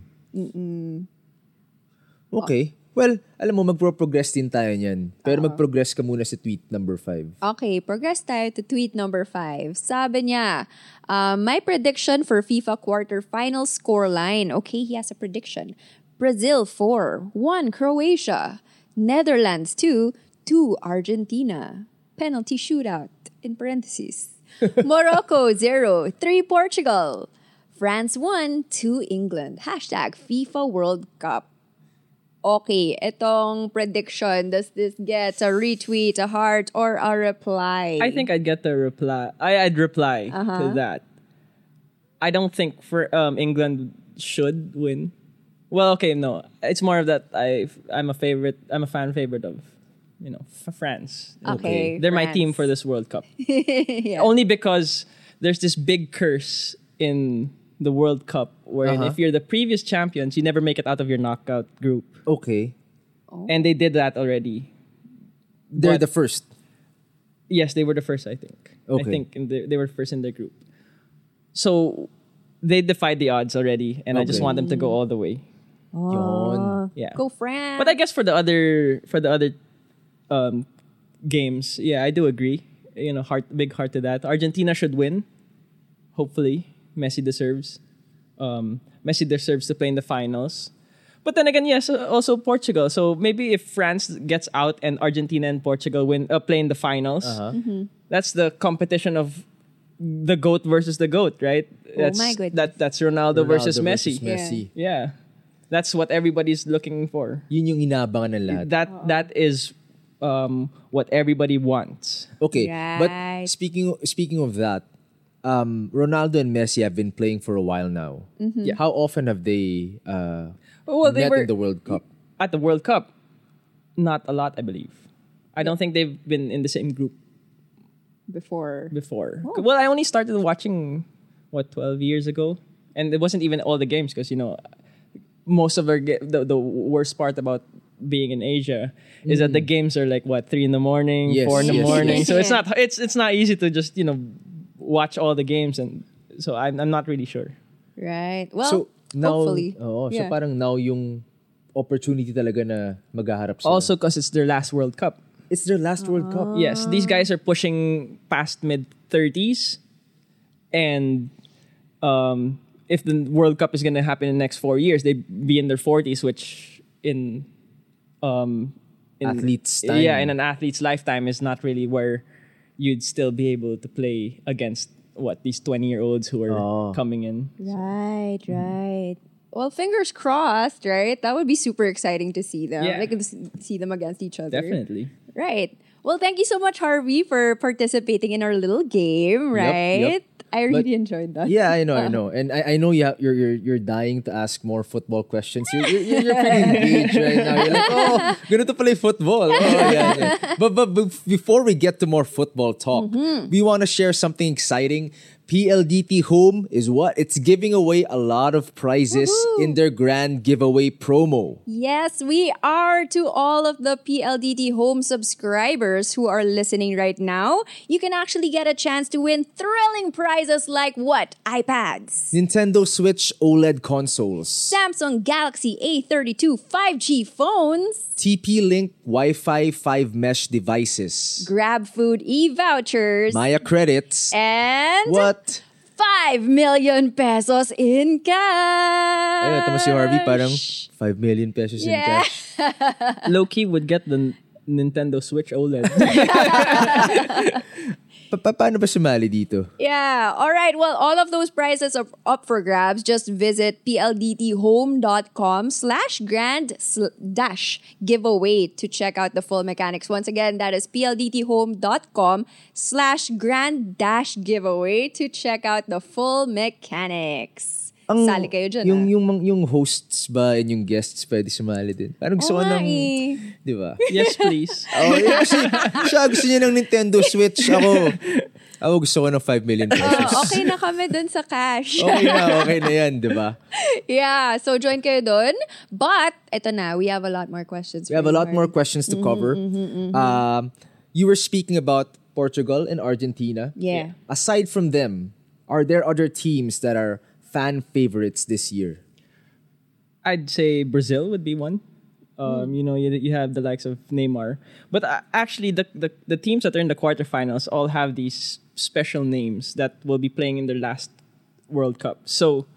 okay. Well, alam mo, magpro-progress din tayo niyan. Pero mag-progress ka muna sa tweet number 5.
Okay, progress tayo to tweet number 5. Sabi niya, uh, my prediction for FIFA quarterfinal scoreline. Okay, he has a prediction. Brazil 4, 1 Croatia, Netherlands 2, 2 Argentina. Penalty shootout, in parentheses. Morocco 0, 3 Portugal. France 1, 2 England. Hashtag FIFA World Cup. Okay, itong prediction, does this get a retweet, a heart, or a reply?
I think I'd get the reply. I, I'd reply
Uh-huh.
to that. I don't think for um, England should win. Well, okay, no. It's more of that I I'm a favorite. I'm a fan favorite of, you know, f- France.
Okay,
they're my
France.
team for this World Cup. Only because there's this big curse in the World Cup, wherein if you're the previous champions, you never make it out of your knockout group,
Okay.
and they did that already.
They're
But-
the first.
Yes, they were the first, I think. I
Okay.
think and they, they were first in their group. So they defied the odds already, and I just
Okay.
want them to go all the way.
Yun.
Yeah.
Ah, Go France.
But I guess for the other for the other um, games, yeah, I do agree. You know, heart big heart to that. Argentina should win. Hopefully, Messi deserves. Um, Messi deserves to play in the finals. But then again, yes, uh, also Portugal. So maybe if France gets out and Argentina and Portugal win, uh, play in the finals,
Mm-hmm.
that's the competition of the goat versus the goat, right? that's,
Oh my goodness.
That that's Ronaldo, versus
Ronaldo
Messi.
Yeah.
Yeah, that's what everybody's looking for
Yun yung inaabangan ng lahat.
that that is um, what everybody wants.
Okay,
Right.
but speaking speaking of that, um, Ronaldo and Messi have been playing for a while now.
Mm-hmm.
Yeah. How often have they uh,
Well,
met
they were
in the World Cup?
at the World Cup. Not a lot, I believe. I don't think they've been in the same group
Before.
before. Well, I only started watching what twelve years ago, and it wasn't even all the games because you know most of our ga- the the worst part about being in Asia is that the games are like what three in the morning,
Mm. Yes,
four in
yes,
the morning.
yes.
So it's
Yeah.
not it's it's not easy to just you know watch all the games, and so I'm I'm not really sure.
Right. Well,
so now,
Oh, hopefully.
oo, so
Yeah.
parang now yung opportunity talaga na maghaharap sila.
Also, because it's their last World Cup.
it's their last World Cup.
Yes, these guys are pushing past mid 30s. And um, if the World Cup is going to happen in the next four years, they'd be in their 40s, which in. Um, in
Athlete's time.
Yeah, in an athlete's lifetime is not really where you'd still be able to play against what these 20 year olds who are
Oh.
coming in.
Right,
Mm-hmm.
right. Well, fingers crossed, right? That would be super exciting to see them.
Yeah.
Like s- see them against each other.
Definitely.
Right. Well, thank you so much, Harvey, for participating in our little game, right?
yep.
I really enjoyed that.
Yeah, I know, I know, and I, I know you have, you're you're you're dying to ask more football questions. You're you're, you're, you're pretty engaged right now. You're like, oh, gonna to play football. Oh, yeah, yeah. But but bef- before we get to more football talk, we want to share something exciting. PLDT Home is what it's giving away a lot of prizes
Woohoo.
in their grand giveaway promo.
Yes, we are to all of the PLDT Home subscribers who are listening right now. You can actually get a chance to win thrilling prizes like what? iPads,
Nintendo Switch OLED consoles.
Samsung Galaxy A32 5G phones,
TP-Link Wi-Fi 5 mesh devices.
Grab Food e vouchers,
Maya
Eh,
credits.
and
What?
5 million pesos in cash.
Ayun, tama Eh, si Harvey, parang 5 million pesos in
Yeah.
cash.
Loki would get the Nintendo Switch OLED.
Pa- pa- paano ba sumali dito?
Yeah. All right. Well, all of those prizes are up for grabs. Just visit pldthome.com slash grand sl- dash giveaway to check out the full mechanics. Once again, that is pldthome.com slash grand dash giveaway to check out the full mechanics. Sali kayo dyan,
yung,
ah.
yung, mga- yung hosts ba and yung guests pwede sumali din. Parang
Oo
gusto ko
nga
ng...
eh.
Di ba?
yes, please.
Oh, yeah, kasi siya gusto niya ng Nintendo Switch. Ako, ako gusto ko ng 5 million pesos.
Ah, okay na kami dun sa cash.
Okay na, okay na yan, di ba?
yeah, so join kayo dun. But, eto na, we have a lot more questions.
We have a lot more questions
Mm-hmm,
to cover. Um, you were speaking about Portugal and Argentina.
Yeah.
Aside from them, are there other teams that are fan favorites this year?
I'd say Brazil would be one. Um, You know, you, you have the likes of Neymar, but uh, actually, the, the the teams that are in the quarterfinals all have these special names that will be playing in their last World Cup. So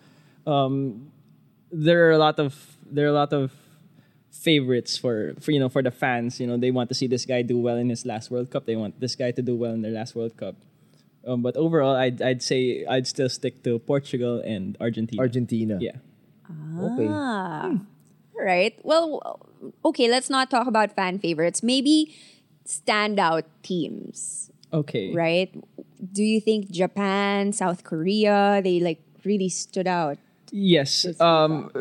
um, there are a lot of there are a lot of favorites for, for you know for the fans. You know, they want to see this guy do well in his last World Cup. They want this guy to do well in their last World Cup. Um, but overall, I'd I'd say I'd still stick to Portugal and Argentina.
Argentina.
yeah.
Okay.
Ah. All right. Well, w- okay, let's not talk about fan favorites. Maybe standout teams,
Okay.
right? Do you think Japan, South Korea, they like really stood out?
Yes. Um,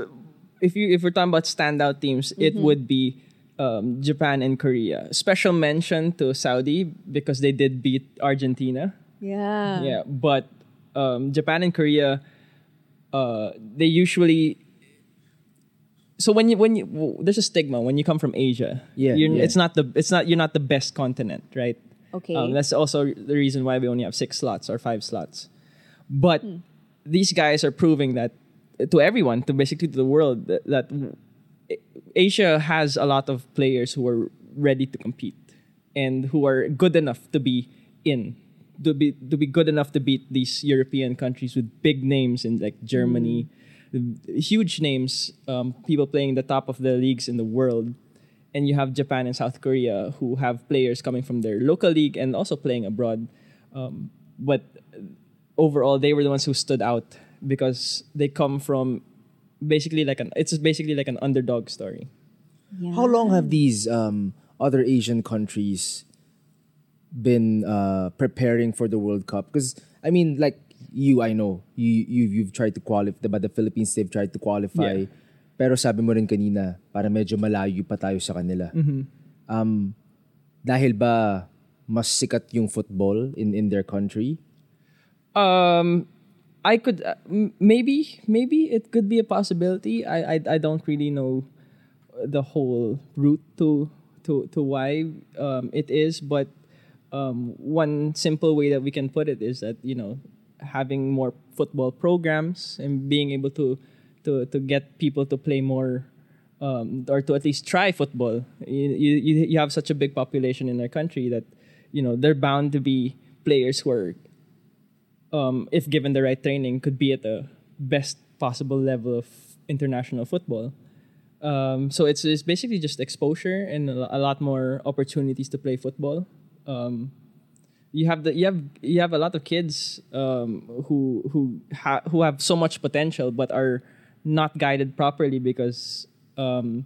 if you if we're talking about standout teams, it would be um, Japan and Korea. Special mention to Saudi because they did beat Argentina.
Yeah.
Yeah, but um, Japan and Korea, uh, they usually. So when you when you w there's a stigma when you come from Asia,
Yeah,
you're,
yeah.
it's not the it's not you're not the best continent, right?
Okay.
Um, that's also the reason why we only have six slots or five slots. But these guys are proving that uh, to everyone, to basically to the world, that, that Asia has a lot of players who are ready to compete and who are good enough to be in, to be to be good enough to beat these European countries with big names in like Germany, huge names, um, people playing the top of the leagues in the world, and you have Japan and South Korea who have players coming from their local league and also playing abroad, um, but overall they were the ones who stood out because they come from basically like an it's basically like an underdog story.
Yeah.
How long have these um, other Asian countries been uh, preparing for the World Cup? Because I mean, like you, I know you, you you've tried to qualify, but the Philippines they've tried to qualify.
Yeah.
Pero sabi mo rin kanina, para medyo malayo pa tayo sa kanila. Um, dahil ba mas sikat yung football in in their country?
Um, I could uh, m- maybe maybe it could be a possibility. I I, I don't really know the whole route to to to why um, it is, but um, one simple way that we can put it is that you know having more football programs and being able to to to get people to play more um, or to at least try football. You, you you have such a big population in our country that you know they're bound to be players who are, um, if given the right training, could be at the best possible level of international football. Um, so it's it's basically just exposure and a lo- a lot more opportunities to play football. Um, you have the you have you have a lot of kids um, who who ha- who have so much potential but are not guided properly because um,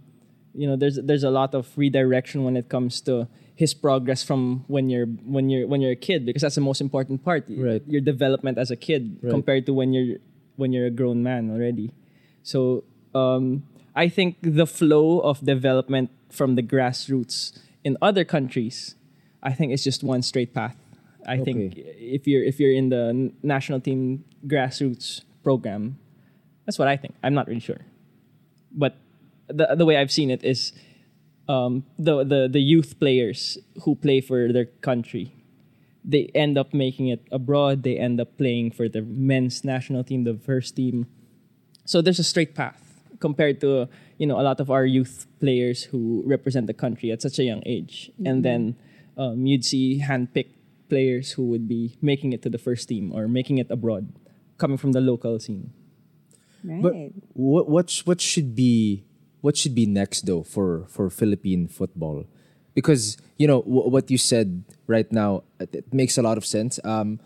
you know there's there's a lot of redirection when it comes to his progress from when you're when you're when you're a kid because that's the most important part
Right.
your development as a kid
Right.
compared to when you're when you're a grown man already so um, I think the flow of development from the grassroots in other countries, I think it's just one straight path. I think if you're if you're in the n- national team grassroots program, that's what I think. I'm not really sure, but the the way I've seen it is um, the the the youth players who play for their country, they end up making it abroad. They end up playing for the men's national team, the first team so there's a straight path compared to you know a lot of our youth players who represent the country at such a young age and then um, you'd see handpicked players who would be making it to the first team or making it abroad coming from the local scene
Right.
But what what sh- what should be what should be next though for for Philippine football? Because you know w- what you said right now it, it makes a lot of sense. Um,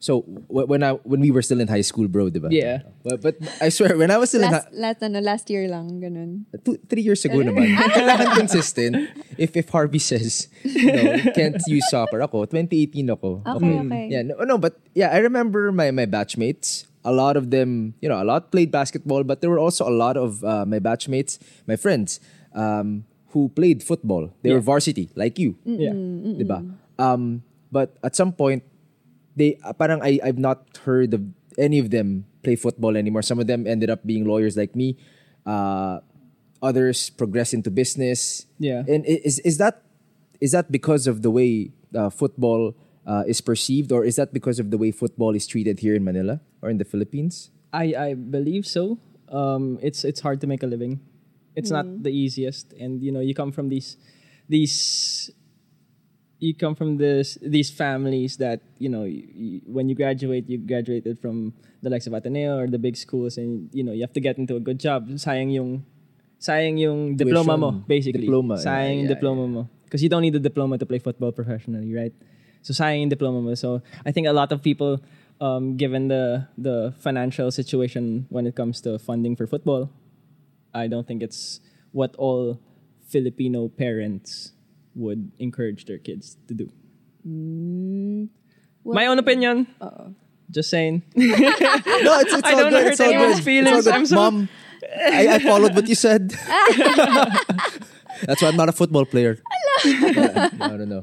so w- when I when we were still in high school, bro, diba?
Yeah.
But, but I swear when I was still in
last,
hi-
last, ano, last year lang, ganun.
two, three years ago naman. Kailangan consistent. If if Harvey says, you know, can't use soccer ako, 2018 ako. Um,
Okay, okay.
Yeah, no, no, but yeah, I remember my my batchmates. A lot of them, you know, a lot played basketball, but there were also a lot of uh, my batchmates, my friends, um, who played football. They were
Yeah.
varsity, like you,
yeah
diba? Um, but at some point, they uh, parang I I've not heard of any of them play football anymore. Some of them ended up being lawyers like me. Uh, others progress into business.
Yeah.
And i- is is that is that because of the way uh, football uh, is perceived, or is that because of the way football is treated here in Manila or in the Philippines?
I I believe so. Um, it's it's hard to make a living. It's not the easiest, and you know you come from these these you come from this these families that you know y y when you graduate you graduated from the likes of Ateneo or the big schools, and you know you have to get into a good job. Sayang yung sayang yung diploma mo
Tuition,
basically.
diploma, yeah,
sayang yung
yeah,
diploma mo because you don't need a diploma to play football professionally, right? So sayang yung diploma mo. So I think a lot of people, um, given the the financial situation when it comes to funding for football, I don't think it's what all Filipino parents would encourage their kids to do.
Mm, Well-
My own opinion. Just saying.
No, it's, it's
I
all
don't
good.
hurt
It's all
anyone's
good. It's all
feelings.
good.
I'm so-
Mom, I, I followed what you said. That's why I'm not a football player. Yeah, no, no, no.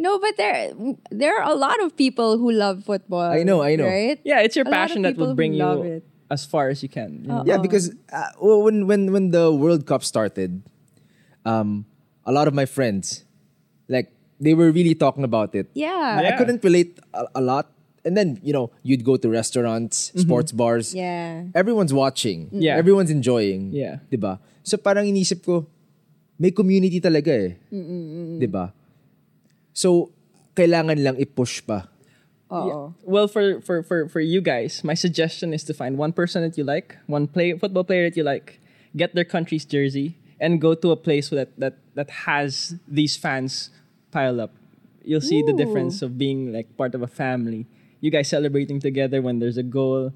No, but there there are a lot of people who love football.
I know, I know.
Right?
Yeah, it's your
A lot of
passion that
people
will bring
who love
you
it.
as far as you can. you know?
Yeah, because uh, well, when when when the World Cup started, um, a lot of my friends, like they were really talking about it.
Yeah.
I couldn't relate a, a lot. And then you know you'd go to restaurants,
Mm-hmm.
sports bars.
Yeah.
Everyone's watching.
Yeah.
Everyone's enjoying.
Yeah.
'Di ba? So parang inisip ko, may community talaga eh. 'Di ba? So kailangan lang i-push pa.
Oo.
Well, for, for, for, for you guys, my suggestion is to find one person that you like, one play, football player that you like, get their country's jersey, and go to a place that, that, that has these fans piled up. You'll see the
Ooh.
difference of being like part of a family. You guys celebrating together when there's a goal.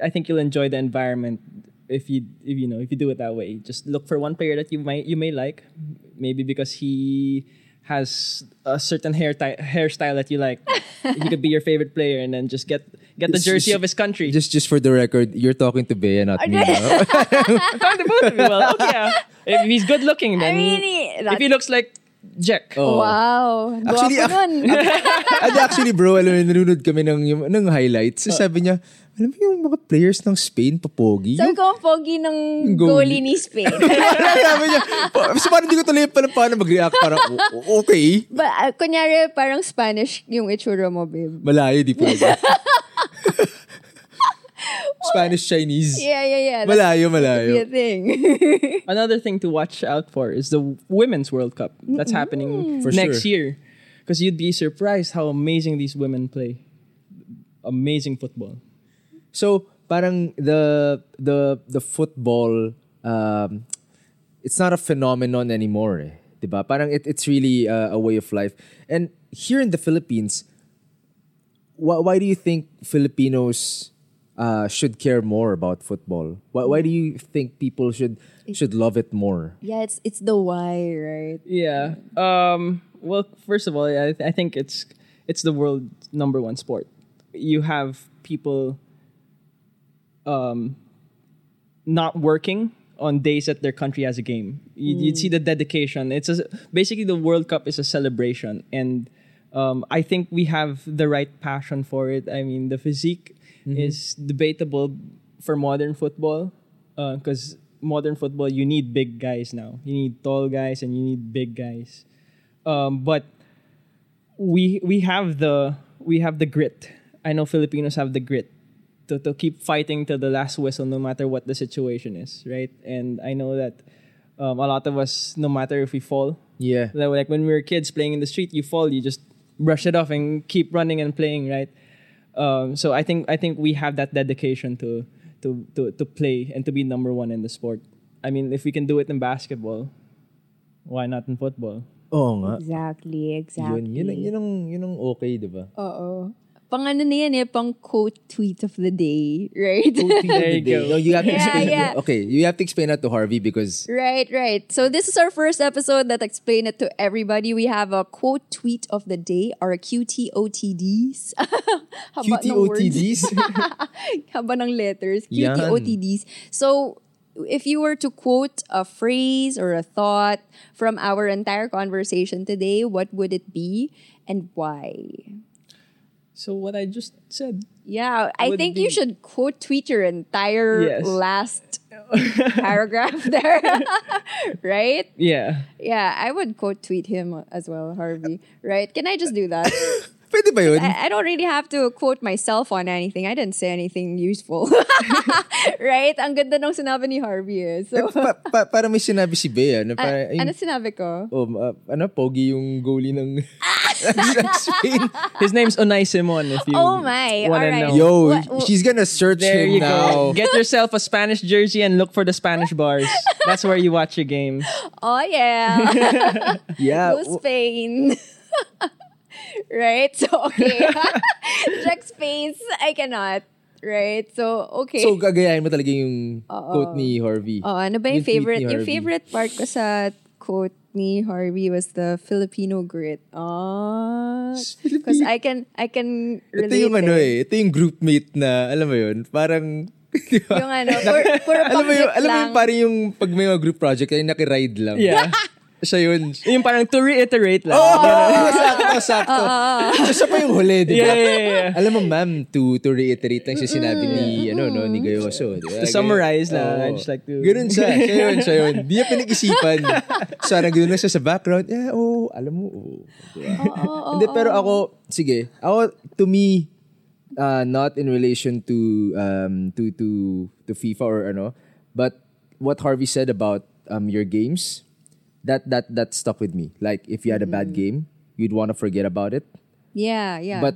I think you'll enjoy the environment if you if you know if you do it that way. Just look for one player that you might you may like, maybe because he has a certain hair ty- hairstyle that you like. he could be your favorite player, and then just get get the
Just-
jersey
just-
of his country.
Just just for the record, you're talking to Bea, not me. no?
I'm talking to both of you. Well, okay, yeah. if he's good looking,
I
then
mean,
if he looks like Jack.
Oo.
Wow.
Actually,
Actually, ako
ac-
nun.
At actually bro, alam mo, nanonood kami ng, yung, ng highlights. So, sabi niya, alam mo yung mga players ng Spain, papogi.
Sabi
Yung-
ko, ang pogi ng goalie
Goalie.
ni Spain.
sabi niya, pa- so parang hindi ko tuloy pa paano mag-react. Parang, o- o- okay.
But, uh, kunyari, parang Spanish yung itsura mo, babe.
Malayo, di pwede. Spanish-Chinese.
Yeah, yeah, yeah. That's
Malayo, malayo.
the thing.
Another thing to watch out for is the Women's World Cup that's happening
For
next
sure.
year. Because you'd be surprised how amazing these women play. Amazing football.
So parang the the the football um, it's not a phenomenon anymore, eh, 'di ba? Parang it, it's really uh, a way of life. And here in the Philippines, why, why do you think Filipinos uh, should care more about football? Why, why do you think people should should love it more?
yeah, it's it's the why, right?
Yeah. Um, well, first of all, I, I think it's it's the world number one sport. You have people um, not working on days that their country has a game. You, You'd see the dedication. It's a, basically the World Cup is a celebration, and um, I think we have the right passion for it. I mean, the physique is debatable for modern football because modern football you need big guys now. You need tall guys and you need big guys, um, but we we have the we have the grit. I know Filipinos have the grit to, to keep fighting to the last whistle no matter what the situation is, right? And I know that um, a lot of us, no matter if we fall,
Yeah.
that like when we were kids playing in the street, you fall, you just brush it off and keep running and playing, right? Um, so I think I think we have that dedication to to to to play and to be number one in the sport. I mean, if we can do it in basketball, why not in football?
Oo nga.
Exactly, exactly. Oh,
Yun, eh. yun, ang- yun, ang, yun ang okay, 'di ba?
Oo. Pang ano na yan eh, pang quote tweet of the day, right?
There
you
No,
go.
you have to
Yeah,
explain
yeah.
Okay, you have to explain that to Harvey because
Right, right. So this is our first episode that explained it to everybody. We have a quote tweet of the day, our QTOTDs. Haba ng words.
QTOTDs.
Haba ng letters.
Yan.
QTOTDs. So if you were to quote a phrase or a thought from our entire conversation today, what would it be and why?
So what I just said.
Yeah, I
would
think you
be-
should quote tweet your entire
Yes.
last paragraph there. right?
Yeah.
Yeah, I would quote tweet him as well, Harvey. Right? Can I just do that?
Pwede ba yun?
I, I don't really have to quote myself on anything. I didn't say anything useful. right? Ang ganda ng sinabi ni Harvey eh. So, ah,
pa, pa, para may sinabi si Bea na para,
ano sinabi ko?
oh, ma- ano, pogi yung goalie ng ng Spain.
His name's Unai Simon. If you
Oh my,
wanna
alright.
know.
Yo,
What- what-
she's gonna search
There
him
you
now.
go. Get yourself a Spanish jersey and look for the Spanish bars. That's where you watch your games.
Oh yeah.
Yeah.
Go Spain. right? So, okay. Check space. I cannot. Right? So, okay.
So, gagayahin mo talaga yung quote ni Harvey.
Oh, ano ba yung
Yung tweet ni
favorite? Yung
Harvey.
favorite part ko sa quote ni Harvey was the Filipino grit. Ah, because I can I can relate.
ito yung ano
eh.
eh, ito yung groupmate na, alam mo yun, parang, di ba?
Yung ano, for, for a
alam mo yung,
public
alam mo
lang.
yung parang yung pag may mga group project, ay nakiride lang.
Yeah.
Siya yun.
Yung parang to reiterate lang.
Oh, sakto, sakto. So, siya pa yung huli, di ba?
Yeah, yeah, yeah, yeah.
Alam mo, ma'am, to, to reiterate lang siya sinabi ni, ano, no, ni Gayoso. di ba?
To summarize
Oo.
lang, I just like to-
Ganun siya, siya yun, siya yun. Di niya pinag-isipan. So, nandun na siya sa background. Yeah, oo, alam mo, oo. Di ba? Hindi, pero ako, sige, ako, to me, uh, not in relation to, um, to, to, to FIFA or ano, but what Harvey said about um, your games, that, that, that stuck with me. Like, if you had a bad
Mm.
game, you'd want to forget about it
yeah, yeah.
but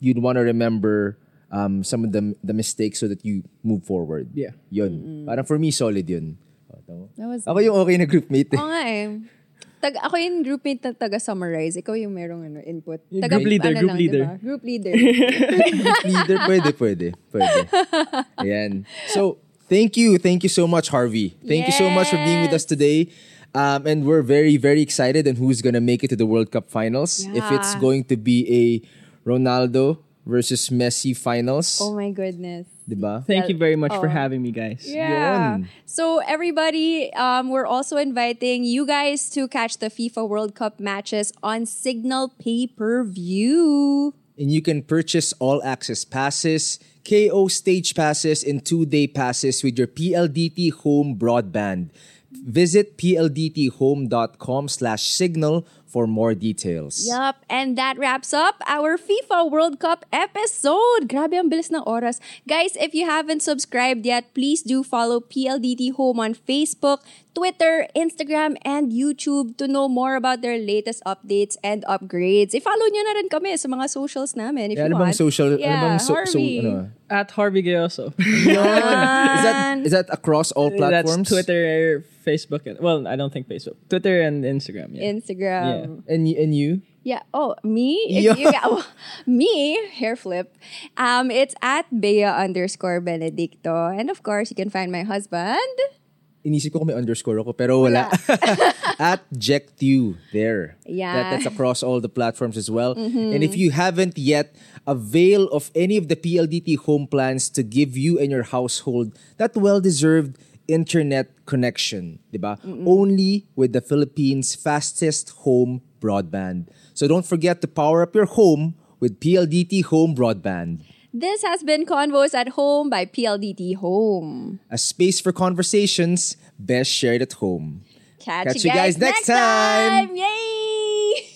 you'd want to remember um, some of the the mistakes so that you move forward.
Yeah.
Yun. Parang for me, solid yun. O, tama.
That was-
Ako yung okay na groupmate. eh.
Oo nga eh. Tag, ako yung groupmate na taga-summarize. Ikaw yung merong ano, input. Taga,
group leader,
ano
group
lang,
leader.
diba? Group leader.
Leader, pwede, pwede. Pwede. Ayan. So, thank you. Thank you so much, Harvey. Thank you so much for being with us today. Um, and we're very, very excited on who's going to make it to the World Cup finals. If it's
Yeah.
going to be a Ronaldo versus Messi finals,
Oh my goodness.
'di ba?
Thank you very much
Oh.
for having me, guys.
Yeah.
Yun.
So everybody, um, we're also inviting you guys to catch the FIFA World Cup matches on Signal Pay Per View.
And you can purchase all access passes, KO stage passes, and two day passes with your PLDT home broadband. Visit pldthome.com slash signal for more details.
Yup. And that wraps up our FIFA World Cup episode. Grabe ang bilis ng oras. Guys, if you haven't subscribed yet, please do follow PLDT Home on Facebook, Twitter, Instagram, and YouTube to know more about their latest updates and upgrades. I-follow nyo na rin kami sa mga socials namin if
Eh,
you
ano
want.
bang social,
yeah,
ano bang so, so,
Harvey.
ano?
At Harvey Gayoso.
Is that, is that across all platforms?
That's Twitter, Facebook, and well, I don't think Facebook. Twitter and Instagram. Yeah.
Instagram.
um, And, y- and you?
Yeah. Oh, me? If you got, me, hair flip. Um, it's at Bea underscore Benedicto. And of course, you can find my husband.
Inisip ko kung may underscore ako, pero wala. At Jectu there.
Yeah.
That, that's across all the platforms as well. And if you haven't yet, avail of any of the PLDT home plans to give you and your household that well-deserved internet connection, diba? Only with the Philippines' fastest home broadband. So don't forget to power up your home with PLDT home broadband.
This has been Convos at Home by PLDT Home.
A space for conversations best shared at home.
Catch,
Catch you guys next time.
Yay!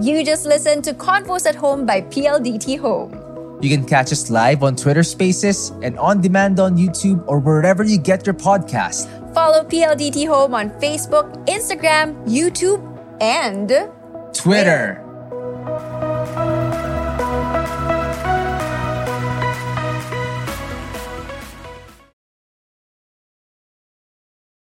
You just listened to Convos at Home by PLDT Home.
You can catch us live on Twitter Spaces and on demand on YouTube or wherever you get your podcast.
Follow PLDT Home on Facebook, Instagram, YouTube, and
Twitter.